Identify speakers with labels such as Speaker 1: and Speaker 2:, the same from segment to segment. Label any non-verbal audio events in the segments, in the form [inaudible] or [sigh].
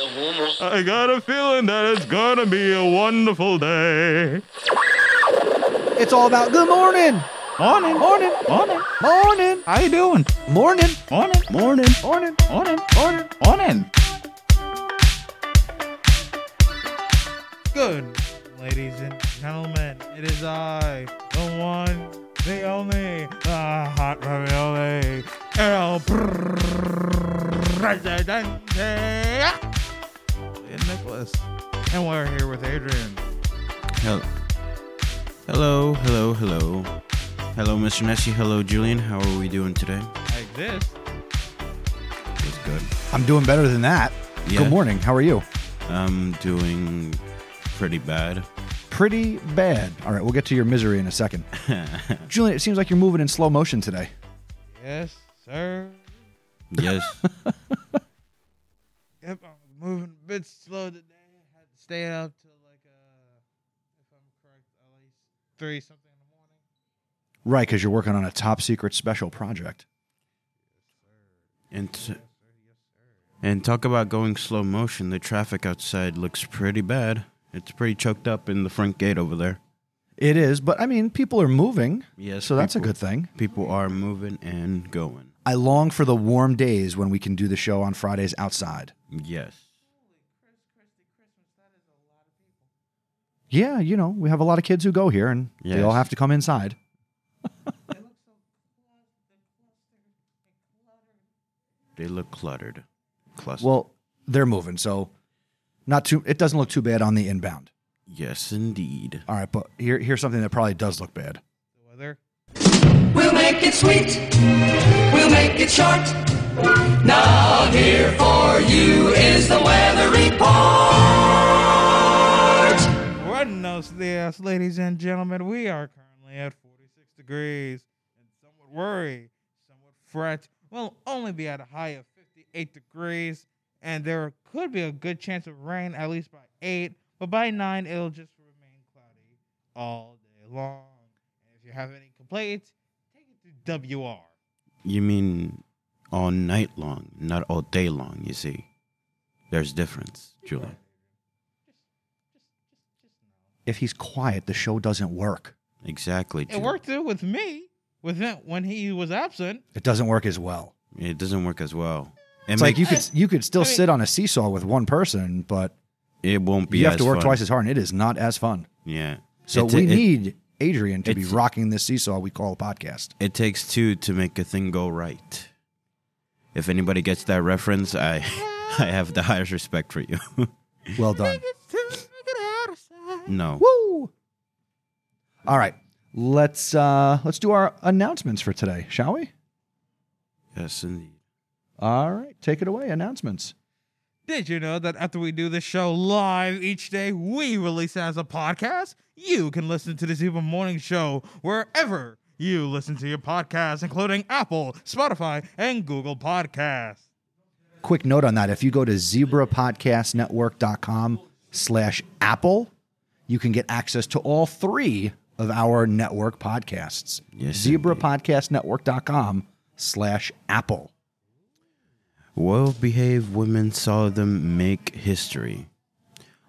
Speaker 1: I got a feeling that it's gonna be a wonderful day.
Speaker 2: It's all about good morning,
Speaker 1: Morning,
Speaker 2: morning,
Speaker 1: morning.
Speaker 2: morning,
Speaker 1: How you doing?
Speaker 2: morning,
Speaker 1: Morning, morning,
Speaker 2: morning.
Speaker 1: morning, morning, morning.
Speaker 3: Good, ladies and gentlemen, it is I, the one, the only, the hot ravioli, El Presidente, and Nicholas, and we're here with Adrian.
Speaker 4: Hel- Hello, hello, hello. Hello, Mr. Nessie. Hello, Julian. How are we doing today?
Speaker 3: I exist.
Speaker 4: It's good.
Speaker 2: I'm doing better than that.
Speaker 4: Yeah.
Speaker 2: Good morning. How are you?
Speaker 4: I'm doing pretty [laughs] bad.
Speaker 2: Pretty bad. All right, we'll get to your misery in
Speaker 4: [laughs]
Speaker 2: a second. Julian, it seems like you're moving in slow motion today.
Speaker 3: Yes, sir.
Speaker 4: Yes.
Speaker 3: Yep, I'm moving a bit slow today. I had to stay up till like uh, if I'm correct, at least three something in the morning.
Speaker 2: Right, because you're working on a top secret special project.
Speaker 4: and t- and talk about going slow motion. The traffic outside looks pretty bad. It's pretty choked up in the front gate over there.
Speaker 2: It is, but I mean, people are moving,
Speaker 4: Yes.
Speaker 2: so that's a
Speaker 4: people-
Speaker 2: good thing.
Speaker 4: People are moving and going.
Speaker 2: I long for the warm days when we can do the show on Fridays outside.
Speaker 4: Yes.
Speaker 2: Yeah, you know, we have a lot of kids who go here and they
Speaker 4: Yes.
Speaker 2: all have to come inside.
Speaker 4: They look cluttered. Clustered.
Speaker 2: Well, they're moving, so not too it doesn't look too bad on the inbound.
Speaker 4: yes, indeed.
Speaker 2: All right, but here, here's something that probably does look bad.
Speaker 3: The weather.
Speaker 5: We'll make it sweet. We'll make it short. Now here for you is the weather report.
Speaker 3: Buenos dias, ladies and gentlemen. We are currently at 46 degrees, and some would worry, some would fret. We'll only be at a high of 58 degrees, and there could be a good chance of rain at least by 8, but by 9, it'll just remain cloudy all day long. And if you have any complaints, take it to WR.
Speaker 4: You mean all night long, not all day long, you see. There's difference, Julian.
Speaker 2: If he's quiet, the show doesn't work.
Speaker 4: Exactly.
Speaker 3: It
Speaker 4: Julian.
Speaker 3: worked it with me with him when he was absent.
Speaker 2: It doesn't work as well.
Speaker 4: It doesn't work as well. It,
Speaker 2: It's like you
Speaker 4: make-
Speaker 2: could you could still
Speaker 3: I mean-
Speaker 2: sit on a seesaw with one person, but
Speaker 4: it won't be
Speaker 2: you have
Speaker 4: as
Speaker 2: to work
Speaker 4: fun.
Speaker 2: twice as hard, and it is not as fun.
Speaker 4: Yeah.
Speaker 2: So
Speaker 4: It-
Speaker 2: we
Speaker 4: it-
Speaker 2: need Adrian to be
Speaker 4: it's-
Speaker 2: rocking this seesaw we call a podcast.
Speaker 4: It takes two to make a thing go right. If anybody gets that reference, I [laughs] I have the highest respect for you. [laughs]
Speaker 2: Well done.
Speaker 4: no.
Speaker 2: [laughs] Woo! All right, let's uh, let's do our announcements for today, shall we?
Speaker 4: Yes, indeed.
Speaker 2: All right, take it away. Announcements.
Speaker 3: Did you know that after we do this show live each day, we release it as a podcast? You can listen to the Super Morning Show wherever you listen to your podcast, including Apple, Spotify, and Google Podcasts.
Speaker 2: Quick note on that: if you go to zebrapodcastnetwork.com/slash/apple, you can get access to all three of our network podcasts.
Speaker 4: Yes,
Speaker 2: zebrapodcastnetwork.com/slash/apple.
Speaker 4: Well behaved women saw them make history.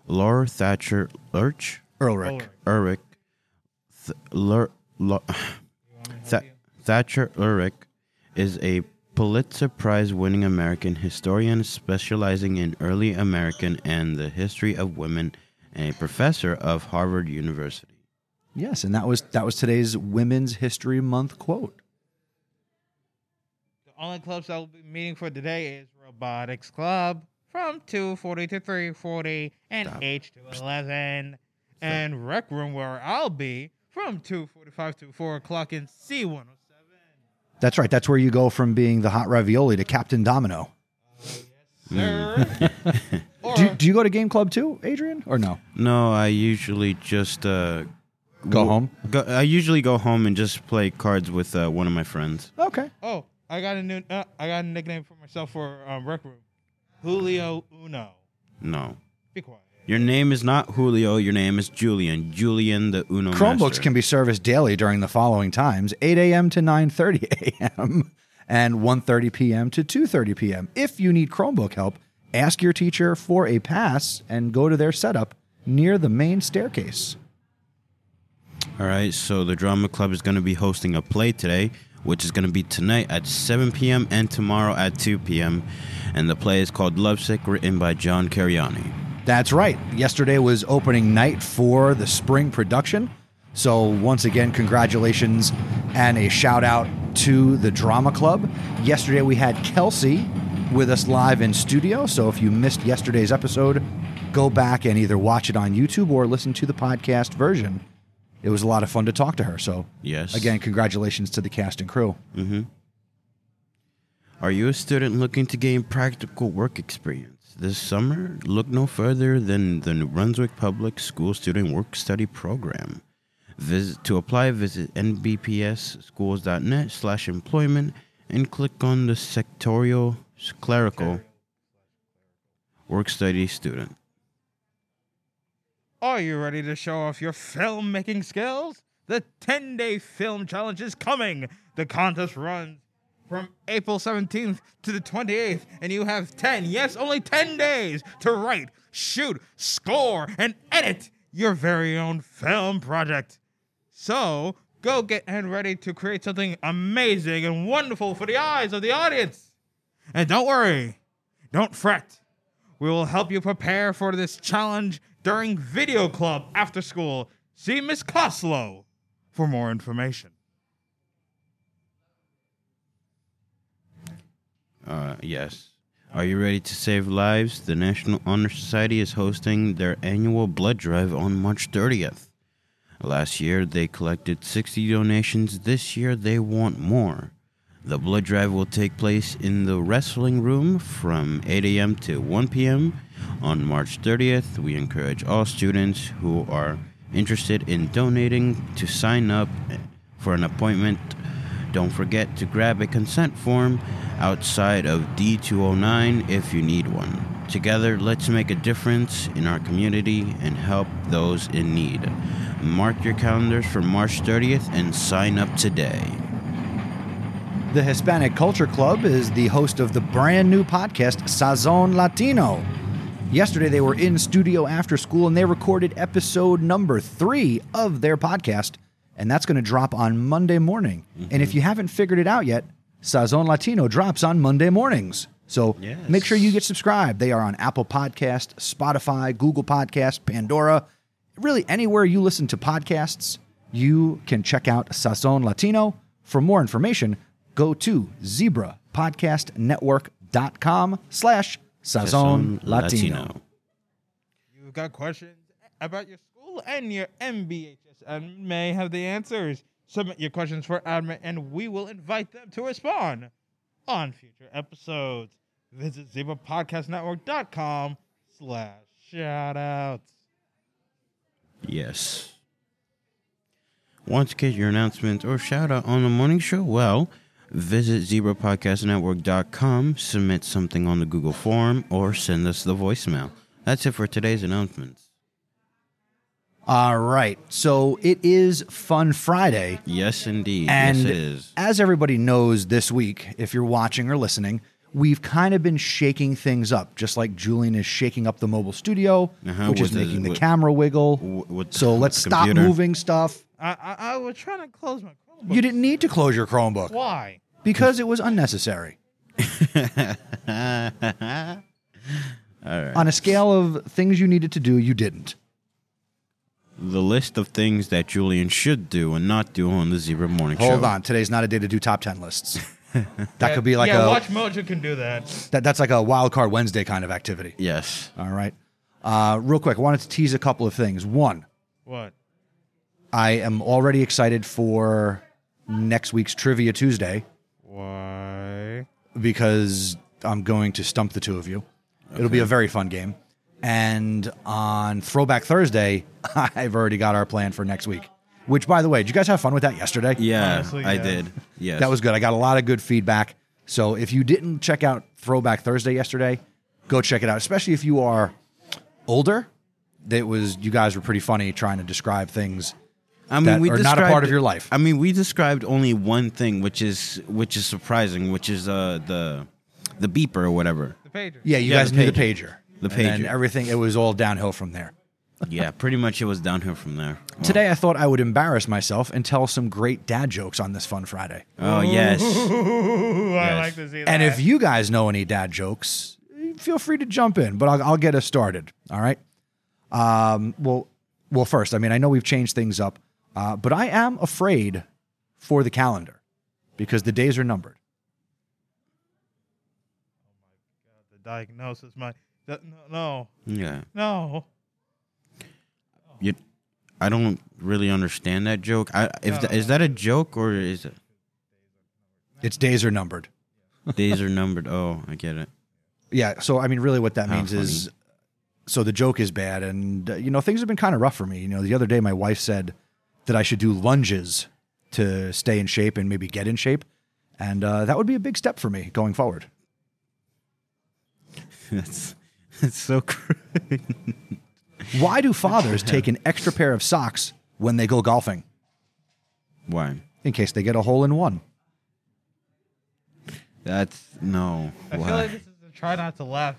Speaker 4: Laura Thatcher Lurch
Speaker 2: Ulrich.
Speaker 4: Urich, Th- Lur- Lu- [sighs] Tha- Thatcher Urich is a Pulitzer Prize winning American historian specializing in early American and the history of women and a professor of Harvard University.
Speaker 2: Yes, and that was that was today's Women's History Month quote.
Speaker 3: The only clubs I will be meeting for today is Robotics Club from 2.40 to 3.40 and
Speaker 4: Stop.
Speaker 3: 8 to 11. And Rec Room where I'll be from 2.45 to 4 o'clock in C107.
Speaker 2: That's right. That's where you go from being the hot ravioli to Captain Domino.
Speaker 3: Sir. or,
Speaker 2: Do, do you go to game club too, Adrian, or no?
Speaker 4: No, I usually just uh,
Speaker 2: Go
Speaker 4: w-
Speaker 2: home?
Speaker 4: Go, I usually go home and just play cards with uh, one of my friends.
Speaker 2: Okay.
Speaker 3: Oh, I got a new. Uh, I got a nickname for myself for um, Rec Room. Julio Uno.
Speaker 4: No.
Speaker 3: Be quiet.
Speaker 4: Your name is not Julio. Your name is Julian. Julian the Uno.
Speaker 2: Chromebooks
Speaker 4: master.
Speaker 2: can be serviced daily during the following times: 8 a.m. to 9:30 a.m. and 1:30 p.m. to 2:30 p.m. If you need Chromebook help, Ask your teacher for a pass and go to their setup near the main staircase.
Speaker 4: All right, so the drama club is going to be hosting a play today, which is going to be tonight at 7 p.m. and tomorrow at 2 p.m. And the play is called Lovesick, written by John Cariani.
Speaker 2: That's right. Yesterday was opening night for the spring production. So, once again, congratulations and a shout out to the Drama Club. Yesterday we had Kelsey with us live in studio. So, if you missed yesterday's episode, go back and either watch it on YouTube or listen to the podcast version. It was a lot of fun to talk to her. So,
Speaker 4: Yes.
Speaker 2: again, congratulations to the cast and crew.
Speaker 4: Are you a student looking to gain practical work experience this summer? Look no further than the New Brunswick Public School Student Work Study Program. Visit, to apply, visit nbpsschools.net slash employment and click on the sectorial s- clerical work study student.
Speaker 3: Are you ready to show off your filmmaking skills? The 10 day film challenge is coming. The contest runs from April 17th to the 28th, and you have 10, yes, only 10 days to write, shoot, score, and edit your very own film project. So go get and ready to create something amazing and wonderful for the eyes of the audience. And don't worry, don't fret. We will help you prepare for this challenge during video club after school. See Miss Coslow for more information.
Speaker 4: Uh, yes. Are you ready to save lives? The National Honor Society is hosting their annual blood drive on March 30th. Last year, they collected 60 donations. This year, they want more. The blood drive will take place in the wrestling room from 8 a.m. to 1 p.m. on March 30th. We encourage all students who are interested in donating to sign up for an appointment. Don't forget to grab a consent form outside of D209 if you need one. Together, let's make a difference in our community and help those in need. Mark your calendars for March 30th and sign up today.
Speaker 2: The Hispanic Culture Club is the host of the brand new podcast, Sazon Latino. Yesterday, they were in studio after school and they recorded episode number three of their podcast, and that's going to drop on Monday morning. And if you haven't figured it out yet, Sazon Latino drops on Monday mornings. So
Speaker 4: Yes.
Speaker 2: make sure you get subscribed. They are on Apple Podcast, Spotify, Google Podcast, Pandora, really anywhere you listen to podcasts, you can check out Sazon Latino. For more information, go to zebrapodcastnetwork.com slash Sazon Latino.
Speaker 3: You've got questions about your school and your MBHS and may have the answers. Submit your questions for admin and we will invite them to respond on future episodes. Visit zebrapodcastnetwork.com slash shoutouts.
Speaker 4: Yes. Want to get your announcement or shout out on the morning show? Well, visit zebrapodcastnetwork.com, submit something on the Google form, or send us the voicemail. That's it for today's announcements.
Speaker 2: All right. So it is Fun Friday.
Speaker 4: Yes, indeed.
Speaker 2: And
Speaker 4: yes, it is.
Speaker 2: as everybody knows this week, if you're watching or listening, we've kind of been shaking things up, just like Julian is shaking up the mobile studio,
Speaker 4: Uh-huh,
Speaker 2: which is
Speaker 4: with the-
Speaker 2: making the,
Speaker 4: with-
Speaker 2: camera wiggle.
Speaker 4: w- with-
Speaker 2: so
Speaker 4: with
Speaker 2: let's
Speaker 4: the
Speaker 2: stop
Speaker 4: computer.
Speaker 2: moving stuff.
Speaker 3: I, I, I was trying to close my Chromebook.
Speaker 2: You didn't need to close your Chromebook
Speaker 3: Why?
Speaker 2: because it was
Speaker 4: [laughs]
Speaker 2: unnecessary. On a scale of things you needed to do, you didn't.
Speaker 4: The list of things that Julian should do and not do on the Zebra Morning Show.
Speaker 2: Hold on, today's not a day to do top
Speaker 3: [laughs]
Speaker 2: ten lists. that could be like
Speaker 3: yeah,
Speaker 2: a
Speaker 3: Watch Mojo can do that.
Speaker 2: that, that's like a wild card Wednesday kind of activity.
Speaker 4: Yes.
Speaker 2: All right. Uh, real quick, I wanted to tease a couple of things. One,
Speaker 3: What?
Speaker 2: I am already excited for next week's Trivia Tuesday
Speaker 3: Why?
Speaker 2: because I'm going to stump the two of you. It'll be a very fun game. And on Throwback Thursday, [laughs] I've already got our plan for next week. Which, by the way, did you guys have fun with that yesterday?
Speaker 4: Yeah,
Speaker 3: Honestly,
Speaker 4: I
Speaker 3: yeah.
Speaker 4: did. Yes.
Speaker 2: That was good. I got a lot of good feedback. So if you didn't check out Throwback Thursday yesterday, go check it out. Especially if you are older, it was you guys were pretty funny trying to describe things.
Speaker 4: I mean,
Speaker 2: that are not a
Speaker 4: described-
Speaker 2: part of your life.
Speaker 4: I mean, we described only one thing, which is which is surprising, which is uh, the the beeper or whatever.
Speaker 3: The pager. [laughs]
Speaker 2: Yeah, you
Speaker 4: Yeah,
Speaker 2: guys
Speaker 4: the
Speaker 2: knew the pager.
Speaker 4: The
Speaker 2: And
Speaker 4: pager.
Speaker 2: then everything, it was all downhill from there.
Speaker 4: yeah, pretty much it was downhill from there. Well,
Speaker 2: Today, I thought I would embarrass myself and tell some great dad jokes on this Fun Friday.
Speaker 4: Oh
Speaker 2: [laughs]
Speaker 4: yes.
Speaker 3: Ooh, I
Speaker 4: Yes.
Speaker 3: like to see that.
Speaker 2: And if you guys know any dad jokes, feel free to jump in, but I'll, I'll get us started. All right. Um, well, well, first, I mean, I know we've changed things up, uh, but I am afraid for the calendar because the days are numbered.
Speaker 3: the diagnosis, my the, no,
Speaker 4: Yeah.
Speaker 3: no,
Speaker 4: You, I don't really understand that joke. I, if tha- is that a joke or is it
Speaker 2: Its days are numbered.
Speaker 4: days are numbered? [laughs] Oh, I get it.
Speaker 2: Yeah. So, I mean, really, what that
Speaker 4: How
Speaker 2: means is so the joke is bad. And, uh, you know, things have been kind of rough for me. You know, the other day, my wife said that I should do lunges to stay in shape and maybe get in shape. And uh, that would be a big step for me going forward.
Speaker 4: That's that's so. Cr- [laughs]
Speaker 2: Why do fathers take an extra pair of socks when they go golfing
Speaker 4: Why?
Speaker 2: in case they get a hole in one?
Speaker 4: That's no.
Speaker 3: I
Speaker 4: Why?
Speaker 3: feel like this is a try not to laugh.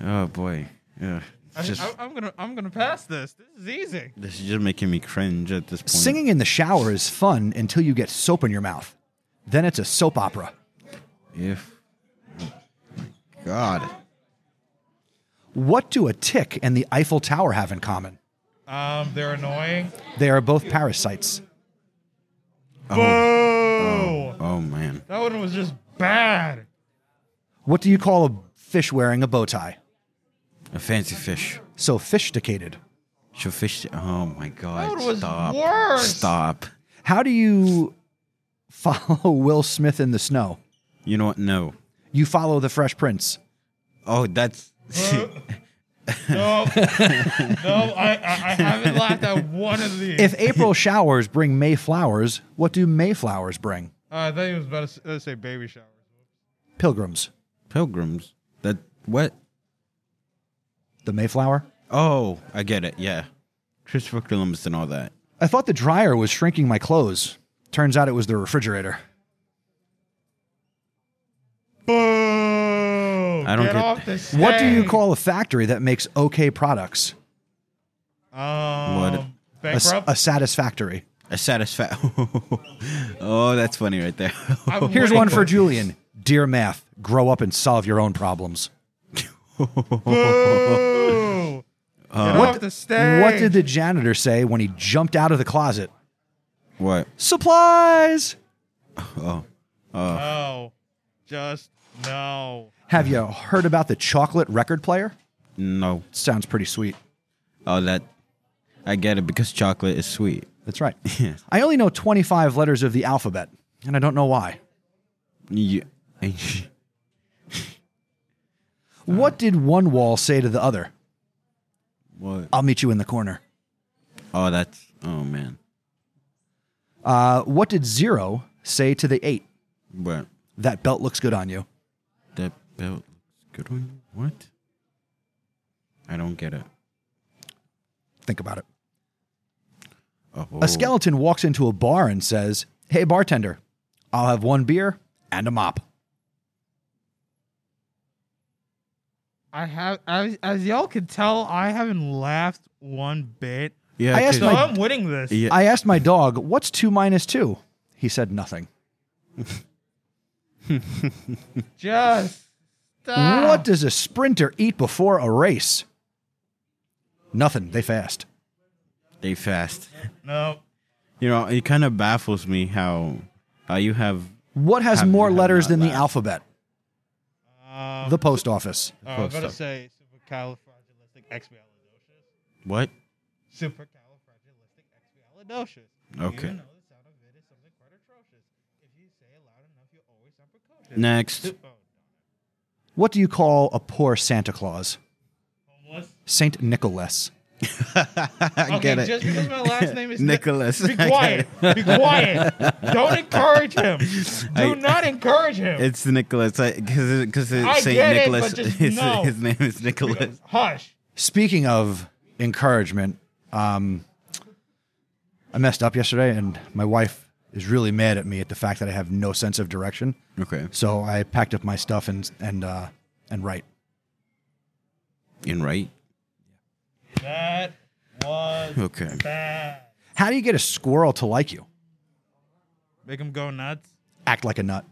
Speaker 4: oh boy. Yeah. It's
Speaker 3: I,
Speaker 4: Just
Speaker 3: I, I'm gonna I'm gonna pass this. This is easy.
Speaker 4: this is just making me cringe at this point.
Speaker 2: Singing in the shower is fun until you get soap in your mouth. Then it's a soap opera.
Speaker 4: If. my God.
Speaker 2: What do a tick and the Eiffel Tower have in common?
Speaker 3: Um, they're annoying.
Speaker 2: They are both parasites.
Speaker 3: Oh,
Speaker 4: Oh man.
Speaker 3: that one was just bad.
Speaker 2: [laughs] What do you call a fish wearing a bow tie?
Speaker 4: A fancy fish.
Speaker 2: So sophisticated.
Speaker 4: Should fish. Oh my God.
Speaker 3: That was
Speaker 4: Stop.
Speaker 3: worse.
Speaker 4: Stop.
Speaker 2: How do you follow [laughs] Will Smith in the snow?
Speaker 4: You know what? No.
Speaker 2: You follow the Fresh Prince.
Speaker 4: Oh, that's.
Speaker 3: No, no, I, I, I haven't laughed at one of these.
Speaker 2: If April showers bring May flowers, what do May flowers bring?
Speaker 3: Uh, I thought he was about to s- uh, say baby showers.
Speaker 2: Pilgrims.
Speaker 4: [laughs] Pilgrims. That what?
Speaker 2: The Mayflower?
Speaker 4: Oh, I get it. Yeah, Christopher Columbus and all that.
Speaker 2: I thought the dryer was shrinking my clothes. Turns out it was the refrigerator.
Speaker 3: Boo!
Speaker 4: I don't
Speaker 3: get,
Speaker 4: get-
Speaker 3: off this.
Speaker 2: What do you
Speaker 3: stage.
Speaker 2: call a factory that makes okay products?
Speaker 3: Um,
Speaker 2: A, s-
Speaker 3: bankrupt.
Speaker 2: a satisfactory.
Speaker 4: A satisfaction. [laughs] oh, that's funny right there.
Speaker 3: [laughs] I'm
Speaker 2: Here's
Speaker 3: waiting
Speaker 2: one for Julian. Dear math, grow up and solve your own problems.
Speaker 3: Boo! Get off the stage.
Speaker 2: What did the janitor say when he jumped out of the closet?
Speaker 4: [laughs] what?
Speaker 2: Supplies!
Speaker 3: No, just no.
Speaker 2: Have you heard about the chocolate record player?
Speaker 4: No.
Speaker 2: Sounds pretty sweet.
Speaker 4: Oh, that. I get it because chocolate is sweet.
Speaker 2: That's right. I only know 25 letters of the alphabet, and I don't know why.
Speaker 4: You, [laughs]
Speaker 2: What did one wall say to the other?
Speaker 4: what?
Speaker 2: I'll meet you in the corner.
Speaker 4: Oh, that's. Oh man.
Speaker 2: Uh, what did zero say to the eight?
Speaker 4: What?
Speaker 2: That belt looks good on you.
Speaker 4: That belt looks good one. What? I don't get it.
Speaker 2: Think about it.
Speaker 4: Oh,
Speaker 2: A skeleton walks into a bar and says, Hey, bartender, I'll have one beer and a mop.
Speaker 3: I have, as, as y'all can tell, I haven't laughed one bit.
Speaker 4: Yeah,
Speaker 2: I asked
Speaker 3: So
Speaker 4: 'cause-
Speaker 2: my-
Speaker 3: I'm winning this.
Speaker 4: Yeah.
Speaker 2: I asked my dog, What's two minus two? He said nothing.
Speaker 3: Just stop.
Speaker 2: What does a sprinter eat before a race? Nothing. They fast.
Speaker 4: they fast.
Speaker 3: No.
Speaker 4: You know, it kind of baffles me how how you have
Speaker 2: What has
Speaker 4: Have-
Speaker 2: more
Speaker 4: have
Speaker 2: letters
Speaker 4: not
Speaker 2: than the
Speaker 4: laughed.
Speaker 2: alphabet?
Speaker 3: Um,
Speaker 2: The post office.
Speaker 3: oh, I was gonna
Speaker 4: Stop.
Speaker 3: say supercalifragilisticexpialidocious.
Speaker 4: what?
Speaker 3: Supercalifragilisticexpialidocious.
Speaker 4: Okay.
Speaker 3: Even though the sound of it is something quite atrocious, if you say it loud enough, you always sound precocious.
Speaker 4: Next.
Speaker 3: Oh,
Speaker 2: What do you call a poor Santa Claus?
Speaker 3: homeless.
Speaker 2: Saint Nicholas.
Speaker 4: I
Speaker 3: okay, just because my last name
Speaker 4: [laughs]
Speaker 3: is Ni-
Speaker 4: Nicholas.
Speaker 3: Be quiet. Be quiet. Don't encourage him. Do
Speaker 4: [laughs] I-
Speaker 3: not encourage him.
Speaker 4: [laughs] It's Nicholas because because
Speaker 3: I
Speaker 4: Saint
Speaker 3: get it,
Speaker 4: Nicholas.
Speaker 3: but
Speaker 4: [laughs]
Speaker 3: just
Speaker 4: his,
Speaker 3: no.
Speaker 4: his name is Nicholas.
Speaker 3: Hush.
Speaker 2: Speaking of encouragement, um, I messed up yesterday, and my wife is really mad at me at the fact that I have no sense of direction.
Speaker 4: Okay.
Speaker 2: So I packed up my stuff and and uh, and write.
Speaker 4: In right.
Speaker 3: That was
Speaker 4: Okay.
Speaker 3: bad.
Speaker 2: How do you get a squirrel to like you?
Speaker 3: Make him go [laughs] nuts.
Speaker 2: Act like a nut.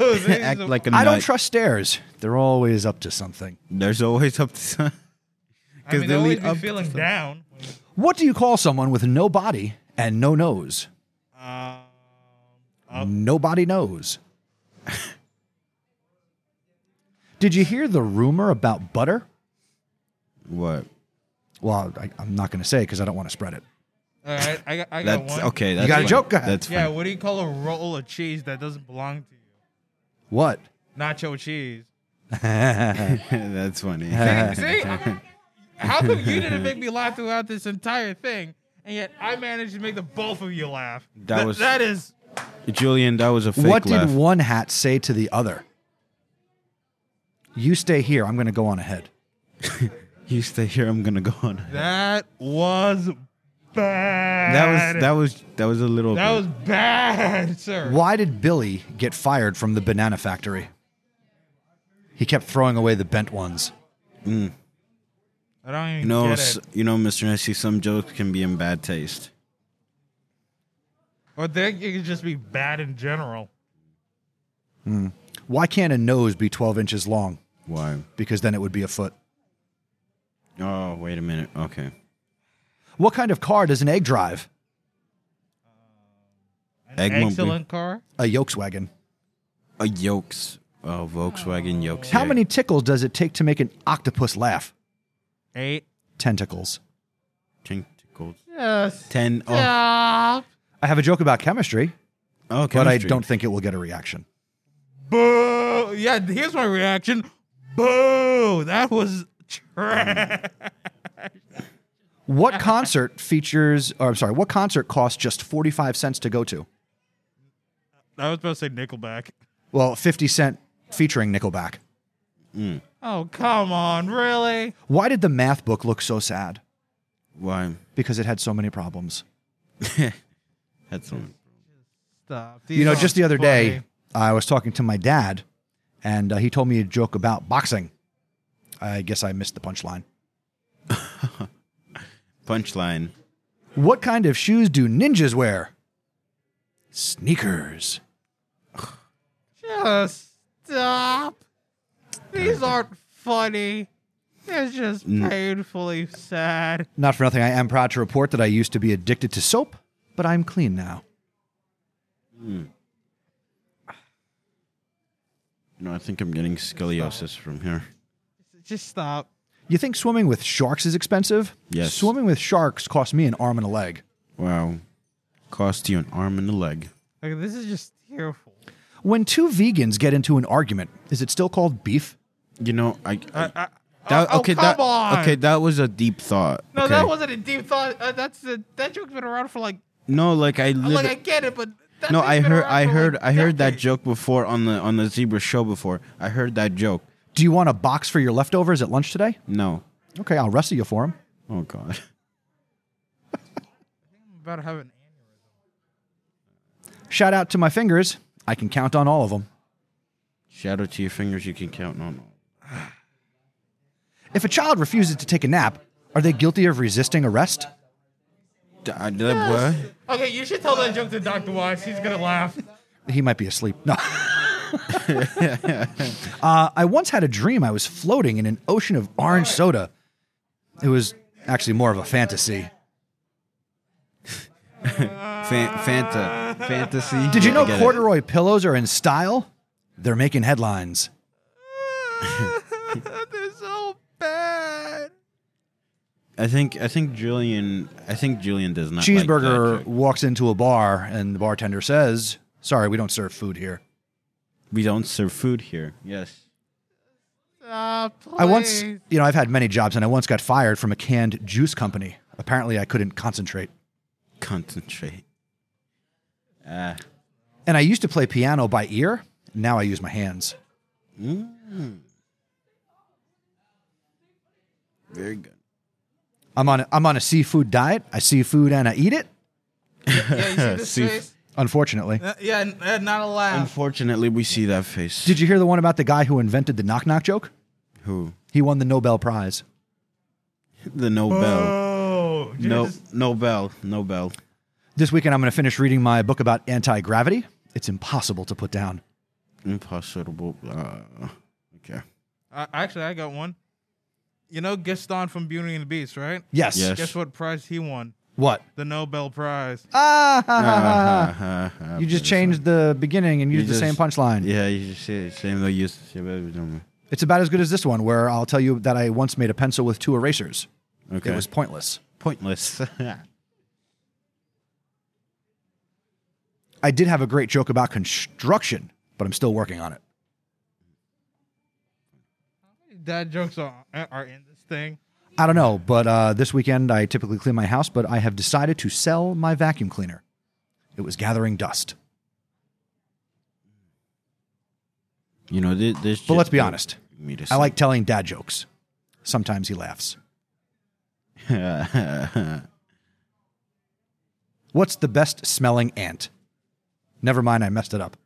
Speaker 4: Act like a
Speaker 2: I don't
Speaker 4: nut.
Speaker 2: trust stairs. They're always up to something.
Speaker 4: There's always up to [laughs] some.
Speaker 3: I mean,
Speaker 4: they
Speaker 3: they always
Speaker 4: lead
Speaker 3: be
Speaker 4: up to
Speaker 3: feeling
Speaker 4: some-
Speaker 3: down.
Speaker 2: What do you call someone with no body and no nose?
Speaker 4: Uh,
Speaker 3: Um,
Speaker 2: Nobody knows. [laughs] Did you hear the rumor about butter?
Speaker 4: What?
Speaker 2: Well, I, I'm not going to say because I don't want to spread it.
Speaker 3: all right, I got, I got
Speaker 4: That's
Speaker 3: one.
Speaker 4: okay. That's
Speaker 2: got a
Speaker 4: fine.
Speaker 2: joke? Go ahead.
Speaker 4: That's fine.
Speaker 3: Yeah, what do you call a roll of cheese that doesn't belong to you?
Speaker 2: What?
Speaker 3: Nacho
Speaker 4: [laughs]
Speaker 3: cheese.
Speaker 4: That's funny. [laughs]
Speaker 2: [laughs]
Speaker 3: See, I'm- how come you didn't make me laugh throughout this entire thing, and yet I managed to make the both of you laugh?
Speaker 4: That
Speaker 3: Th-
Speaker 4: was-
Speaker 3: that is
Speaker 4: Julian, that was a fake
Speaker 2: what
Speaker 4: laugh.
Speaker 2: did one hat say to the other? You stay here. I'm going to go on ahead.
Speaker 4: you stay here. I'm gonna go on.
Speaker 3: that was bad.
Speaker 4: That was that was that was a little.
Speaker 3: that
Speaker 4: bit-
Speaker 3: was bad, sir.
Speaker 2: Why did Billy get fired from the banana factory? He kept throwing away the bent ones.
Speaker 3: I don't even
Speaker 4: You know,
Speaker 3: get
Speaker 4: s-
Speaker 3: it.
Speaker 4: you know, Mr. Nessie. Some jokes can be in bad taste.
Speaker 3: Or they it could just be bad in general.
Speaker 2: Why can't a nose be 12 inches long?
Speaker 4: Why?
Speaker 2: Because then it would be a foot.
Speaker 4: Oh, wait a minute. Okay.
Speaker 2: What kind of car does an egg drive?
Speaker 3: An
Speaker 4: Egg won't be-
Speaker 3: excellent car.
Speaker 2: A Yokeswagon.
Speaker 4: A yokes. Oh, Volkswagen yokes.
Speaker 2: How
Speaker 4: yeah.
Speaker 2: many tickles does it take to make an octopus laugh?
Speaker 3: Eight.
Speaker 2: Tentacles.
Speaker 4: Tentacles.
Speaker 3: Yes.
Speaker 4: Ten. Oh,
Speaker 3: Stop.
Speaker 2: I have a joke about chemistry,
Speaker 4: oh
Speaker 2: but I
Speaker 4: chemistry.
Speaker 2: don't think it will get a reaction.
Speaker 3: Boo. Yeah, here's my reaction. Boo. That was trash.
Speaker 2: What concert features, or I'm sorry, what concert costs just 45 cents to go to?
Speaker 3: I was supposed to say Nickelback.
Speaker 2: Well, 50 cent featuring Nickelback.
Speaker 3: Oh, come on, really?
Speaker 2: Why did the math book look so sad?
Speaker 4: Why?
Speaker 2: Because it had so many problems.
Speaker 4: That's one.
Speaker 3: Stop.
Speaker 2: you know, just the other day, I was talking to my dad, and uh, he told me a joke about boxing. I guess I missed the punchline.
Speaker 4: Punchline.
Speaker 2: What kind of shoes do ninjas wear? Sneakers.
Speaker 3: Just stop. These aren't funny. They're just
Speaker 2: Mm.
Speaker 3: painfully sad.
Speaker 2: Not for nothing, I am proud to report that I used to be addicted to soap, but I'm clean now.
Speaker 4: No, I think I'm getting scoliosis from here.
Speaker 3: Just stop.
Speaker 2: You think swimming with sharks is expensive?
Speaker 4: Yes.
Speaker 2: Swimming with sharks cost me an arm and a leg.
Speaker 4: Wow. Cost you an arm and a leg.
Speaker 3: Like, this is just tearful.
Speaker 2: When two vegans get into an argument, is it still called beef?
Speaker 4: You know, I. I-
Speaker 3: I-
Speaker 4: that,
Speaker 3: oh,
Speaker 4: okay,
Speaker 3: come
Speaker 4: that,
Speaker 3: on.
Speaker 4: okay, that was a deep thought.
Speaker 3: No,
Speaker 4: okay?
Speaker 3: that wasn't a deep thought. Uh, that's a, that joke's been around for like.
Speaker 4: No, like I. Lit-
Speaker 3: Like I get it, but that
Speaker 4: no,
Speaker 3: thing's
Speaker 4: I
Speaker 3: been
Speaker 4: heard,
Speaker 3: around
Speaker 4: I
Speaker 3: for,
Speaker 4: heard,
Speaker 3: like,
Speaker 4: I heard that
Speaker 3: decades.
Speaker 4: joke before on the on the zebra show before. I heard that joke.
Speaker 2: Do you want a box for your leftovers at lunch today?
Speaker 4: No.
Speaker 2: Okay, I'll wrestle you for them.
Speaker 4: Oh God. [laughs]
Speaker 3: I'm about to have an aneurysm.
Speaker 2: Shout out to my fingers. I can count on all of them.
Speaker 4: Shadow to your fingers, you can count on.
Speaker 2: If a child refuses to take a nap, are they guilty of resisting arrest?
Speaker 4: D- I- did I- what?
Speaker 3: Okay, you should tell that joke to Dr. Wise. He's gonna
Speaker 4: [laughs]
Speaker 3: laugh. [laughs]
Speaker 2: He might be asleep. No. [laughs] uh, I once had a dream I was floating in an ocean of orange soda. It was actually more of a fantasy.
Speaker 4: Fan- Fanta,
Speaker 3: [laughs]
Speaker 4: fantasy.
Speaker 2: Did you know
Speaker 4: I get it.
Speaker 2: corduroy pillows are in style? They're making headlines.
Speaker 3: They're so bad.
Speaker 4: I think I think Julian. I think Julian does not. like that
Speaker 2: Cheeseburger
Speaker 4: joke.
Speaker 2: walks into a bar and the bartender says, Sorry, we don't serve food here.
Speaker 4: we don't serve food here. Yes.
Speaker 3: Uh,
Speaker 2: I once,
Speaker 3: please.
Speaker 2: you know, I've had many jobs and I once got fired from a canned juice company. Apparently, I couldn't concentrate.
Speaker 4: Concentrate. Ah,
Speaker 2: And I used to play piano by ear. Now I use my hands.
Speaker 4: very good.
Speaker 2: I'm on a, I'm on a seafood diet. I see food and I eat it.
Speaker 3: Yeah, you see this
Speaker 4: [laughs] See-
Speaker 3: face?
Speaker 2: Unfortunately.
Speaker 3: Uh, Yeah, n- uh, not a laugh.
Speaker 4: Unfortunately, we see that face.
Speaker 2: Did you hear the one about the guy who invented the knock knock joke?
Speaker 4: Who?
Speaker 2: He won the Nobel Prize.
Speaker 4: The
Speaker 2: Uh,
Speaker 4: Nobel.
Speaker 3: Oh, dude,
Speaker 4: No,
Speaker 3: this-
Speaker 4: Nobel. Nobel.
Speaker 2: This weekend, I'm going to finish reading my book about anti gravity. It's impossible to put down.
Speaker 4: Impossible. Uh, okay.
Speaker 3: Uh, actually, I got one. You know Gaston from Beauty and the Beast, right?
Speaker 2: Yes.
Speaker 4: Yes.
Speaker 3: Guess what prize he won?
Speaker 4: [laughs]
Speaker 2: What?
Speaker 3: The Nobel Prize.
Speaker 2: Ah, ha, ha, ha, ha.
Speaker 4: Uh,
Speaker 2: You just changed the beginning and used the
Speaker 4: just-
Speaker 2: same punchline.
Speaker 4: Yeah, you just say same though. You s- okay.
Speaker 2: It's about as good as this one, where I'll tell you that I once made a pencil with two erasers. It was pointless.
Speaker 4: pointless. [laughs]
Speaker 2: I did have a great joke about construction, but I'm still working on it.
Speaker 3: Dad jokes are, are in this thing.
Speaker 2: I don't know, but uh, this weekend I typically clean my house, but I have decided to sell my vacuum cleaner. It was gathering dust.
Speaker 4: you know this. this
Speaker 2: But
Speaker 4: ju-
Speaker 2: let's be honest.
Speaker 4: Me to
Speaker 2: I like telling dad jokes. Sometimes he laughs.
Speaker 4: say.
Speaker 2: What's the best smelling ant? Never mind, I messed it up.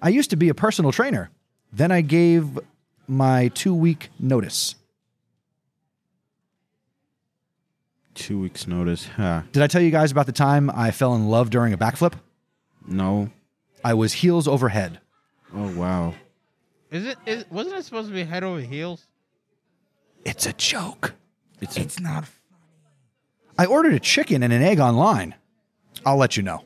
Speaker 2: I used to be a personal trainer. Then I gave my two week notice.
Speaker 4: [laughs] Two weeks notice. Huh.
Speaker 2: Did I tell you guys about the time I fell in love during a backflip?
Speaker 4: No.
Speaker 2: I was heels over head.
Speaker 4: Oh wow.
Speaker 3: Is it? Is wasn't it supposed to be head over heels?
Speaker 2: It's a joke.
Speaker 4: It's, it's not.
Speaker 2: I ordered a chicken and an egg online. I'll let you know.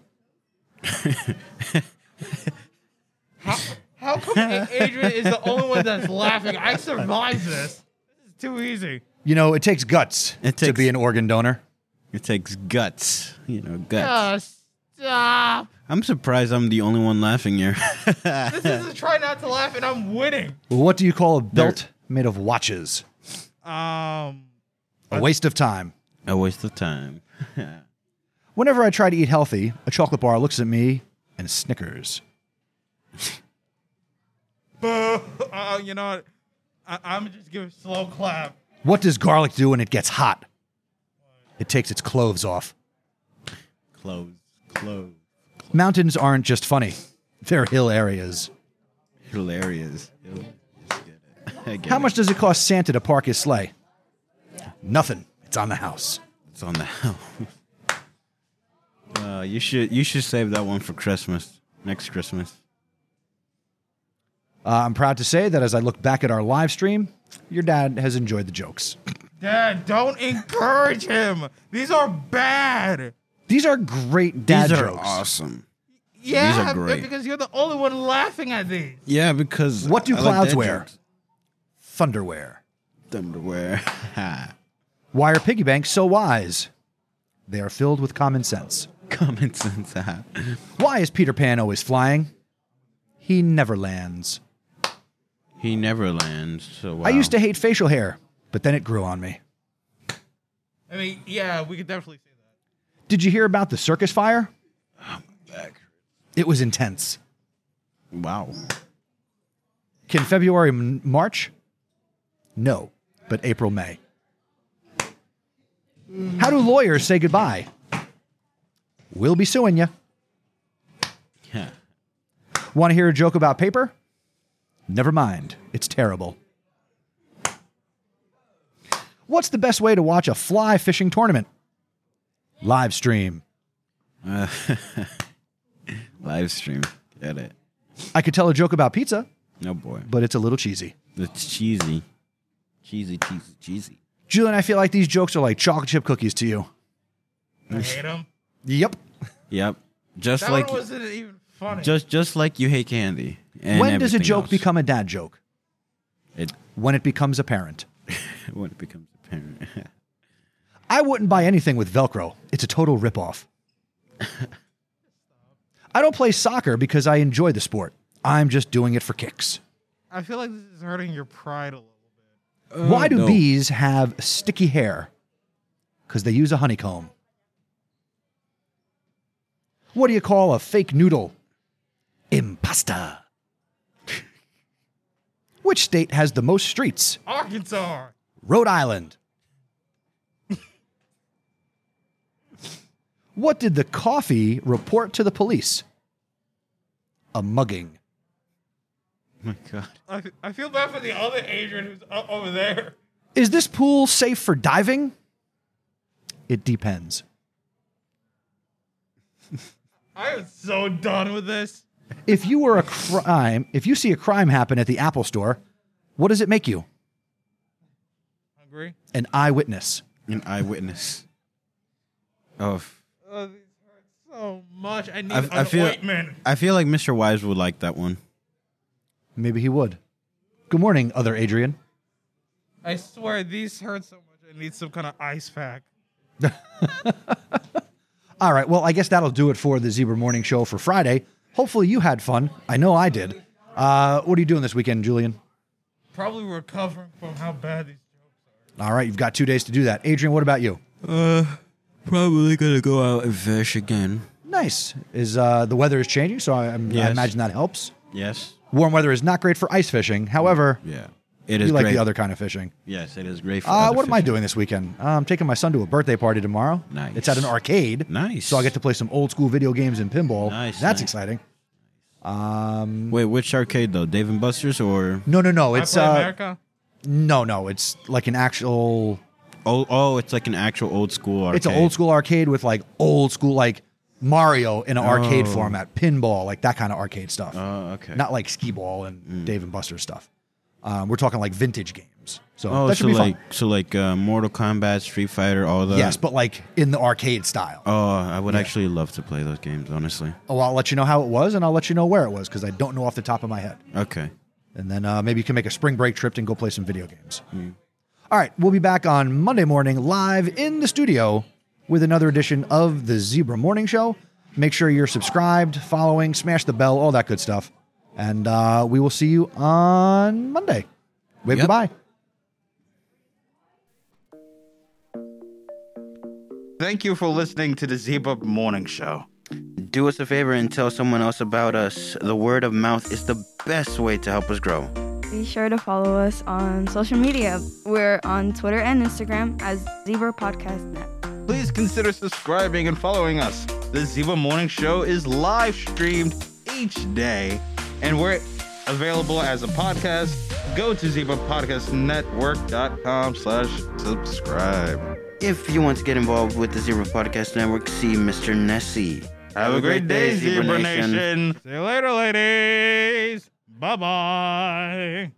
Speaker 3: How, how come [laughs] A- Adrian is the only one that's laughing? I survived this. This is too easy.
Speaker 2: You know, it takes guts
Speaker 4: It
Speaker 2: to
Speaker 4: takes-
Speaker 2: be an organ donor.
Speaker 4: It takes guts. You know guts.
Speaker 3: Oh, stop.
Speaker 4: I'm surprised I'm the only one laughing here. [laughs]
Speaker 3: This is a try not to laugh, and I'm winning.
Speaker 2: What do you call a belt made of watches?
Speaker 3: Um,
Speaker 2: A waste of time.
Speaker 4: a waste of time.
Speaker 2: Whenever I try to eat healthy, a chocolate bar looks at me and snickers.
Speaker 3: boo. Uh, you know what? I, I'm gonna just give a slow clap.
Speaker 2: What does garlic do when it gets hot? It takes its clothes off.
Speaker 4: Close. Close.
Speaker 2: Mountains aren't just funny, they're hill areas.
Speaker 4: Hilarious. Yo, just get it. [laughs] I get
Speaker 2: How
Speaker 4: it.
Speaker 2: much does it cost Santa to park his sleigh? Nothing. It's on the house.
Speaker 4: It's on the house. Uh, you should you should save that one for Christmas. Next Christmas.
Speaker 2: Uh, I'm proud to say that as I look back at our live stream, your dad has enjoyed the jokes.
Speaker 3: Dad, don't encourage him. These are bad.
Speaker 2: These are great dad
Speaker 4: These are
Speaker 2: jokes.
Speaker 4: awesome.
Speaker 3: Yeah,
Speaker 4: are great.
Speaker 3: because you're the only one laughing at these.
Speaker 4: Yeah, because
Speaker 2: What do
Speaker 4: I like
Speaker 2: clouds
Speaker 4: that
Speaker 2: wear?
Speaker 4: joke.
Speaker 2: Thunderwear.
Speaker 4: Them to wear. [laughs]
Speaker 2: Why are piggy banks so wise? They are filled with common sense.
Speaker 4: Common sense. ah.
Speaker 2: Why is Peter Pan always flying? He never lands.
Speaker 4: he never lands. So wow.
Speaker 2: I used to hate facial hair, but then it grew on me.
Speaker 3: I mean, yeah, we could definitely say that.
Speaker 2: Did you hear about the circus fire? It was intense.
Speaker 4: Wow. [laughs]
Speaker 2: Can February m- March? No, but April May. How do lawyers say goodbye? We'll be suing you.
Speaker 4: Yeah.
Speaker 2: Want to hear a joke about paper? Never mind. It's terrible. What's the best way to watch a fly fishing tournament? Live stream.
Speaker 4: Uh, live stream. Get it.
Speaker 2: I could tell a joke about pizza,
Speaker 4: No boy.
Speaker 2: but it's a little cheesy.
Speaker 4: It's cheesy. Cheesy, cheesy, cheesy.
Speaker 2: Julian, I feel like these jokes are like chocolate chip cookies to you.
Speaker 3: I hate him.
Speaker 2: Yep.
Speaker 4: Yep. Just
Speaker 3: That
Speaker 4: like
Speaker 3: one wasn't even funny.
Speaker 4: just just like you hate candy. And
Speaker 2: when does a
Speaker 4: everything
Speaker 2: joke
Speaker 4: else.
Speaker 2: become a dad joke?
Speaker 4: it
Speaker 2: When it becomes apparent.
Speaker 4: when it becomes apparent? [laughs]
Speaker 2: I wouldn't buy anything with Velcro. It's a total ripoff. [laughs] I don't play soccer because I enjoy the sport. I'm just doing it for kicks.
Speaker 3: I feel like this is hurting your pride a little bit.
Speaker 2: Why do
Speaker 4: no.
Speaker 2: bees have sticky hair? Because they use a honeycomb. What do you call a fake noodle? Impasta. [laughs] Which state has the most streets?
Speaker 3: Arkansas.
Speaker 2: Rhode Island. [laughs] What did the coffee report to the police? A mugging.
Speaker 4: my God.
Speaker 3: I, f- I feel bad for the other Adrian who's o- over there.
Speaker 2: Is this pool safe for diving? It depends.
Speaker 3: I am so done with this.
Speaker 2: If you were a crime, if you see a crime happen at the Apple store, what does it make you?
Speaker 3: Hungry?
Speaker 2: An eyewitness.
Speaker 4: An eyewitness of.
Speaker 3: Oh, these hurt so much. I need
Speaker 4: I,
Speaker 3: an
Speaker 4: I feel.
Speaker 3: ointment.
Speaker 4: I feel like Mr. Wise would like that one.
Speaker 2: Maybe he would. Good morning, other Adrian.
Speaker 3: I swear these hurt so much. I need some kind of ice pack.
Speaker 2: All right. Well, I guess that'll do it for the Zebra Morning Show for Friday. Hopefully, you had fun. I know I did. Uh, what are you doing this weekend, Julian?
Speaker 3: Probably recovering from how bad these
Speaker 2: All right, you've got two days to do that. Adrian, what about you?
Speaker 4: Uh, probably gonna go out and fish again.
Speaker 2: Nice. Is uh, the weather is changing, so I, I'm- I
Speaker 4: Yes.
Speaker 2: imagine that helps.
Speaker 4: Yes.
Speaker 2: Warm weather is not great for ice fishing. However,
Speaker 4: Yeah. It
Speaker 2: you
Speaker 4: is
Speaker 2: like
Speaker 4: great.
Speaker 2: the other kind of fishing.
Speaker 4: Yes, it is great. For
Speaker 2: Uh,
Speaker 4: other
Speaker 2: what am I
Speaker 4: fish.
Speaker 2: doing this weekend? Uh, I'm taking my son to a birthday party tomorrow.
Speaker 4: Nice.
Speaker 2: It's at an arcade.
Speaker 4: Nice.
Speaker 2: So I get to play some old school video games and pinball.
Speaker 4: Nice,
Speaker 2: That's
Speaker 4: nice.
Speaker 2: exciting.
Speaker 4: Wait, which arcade though? Dave and Buster's or
Speaker 2: No, no, no. It's
Speaker 3: I play
Speaker 2: uh,
Speaker 3: America.
Speaker 2: no, no. It's like an actual
Speaker 4: oh, oh, it's like an actual old school arcade.
Speaker 2: It's an old school arcade with like old school like Mario in an arcade
Speaker 4: Oh.
Speaker 2: format, pinball, like that kind of arcade stuff.
Speaker 4: Oh, okay. Mm.
Speaker 2: Not like skee ball and Dave and Buster stuff. Um, we're talking like vintage games. So
Speaker 4: oh,
Speaker 2: that should
Speaker 4: so
Speaker 2: be
Speaker 4: like
Speaker 2: fun.
Speaker 4: so like uh, Mortal Kombat, Street Fighter, all the
Speaker 2: yes, but like in the arcade style.
Speaker 4: Oh, I would actually love to play those games, honestly.
Speaker 2: oh, I'll let you know how it was and I'll let you know where it was because I don't know off the top of my head.
Speaker 4: Okay.
Speaker 2: And then uh, maybe you can make a spring break trip and go play some video games. All right, we'll be back on Monday morning live in the studio with another edition of the Zebra Morning Show. Make sure you're subscribed, following, smash the bell, all that good stuff. And uh, we will see you on Monday. Wave
Speaker 4: Yep.
Speaker 2: goodbye.
Speaker 6: Thank you for listening to the Zebra Morning Show.
Speaker 4: Do us a favor and tell someone else about us. The word of mouth is the best way to help us grow.
Speaker 7: Be sure to follow us on social media. We're on Twitter and Instagram as Zebra Podcast Net.
Speaker 6: Please consider subscribing and following us. The Zebra Morning Show is live streamed each day, and we're available as a podcast. Go to zebrapodcastnetwork.com slash subscribe.
Speaker 4: If you want to get involved with the Zebra Podcast Network, see Mr. Nessie.
Speaker 6: Have a great day, Zebra Nation.
Speaker 3: See you later, ladies. Bye bye.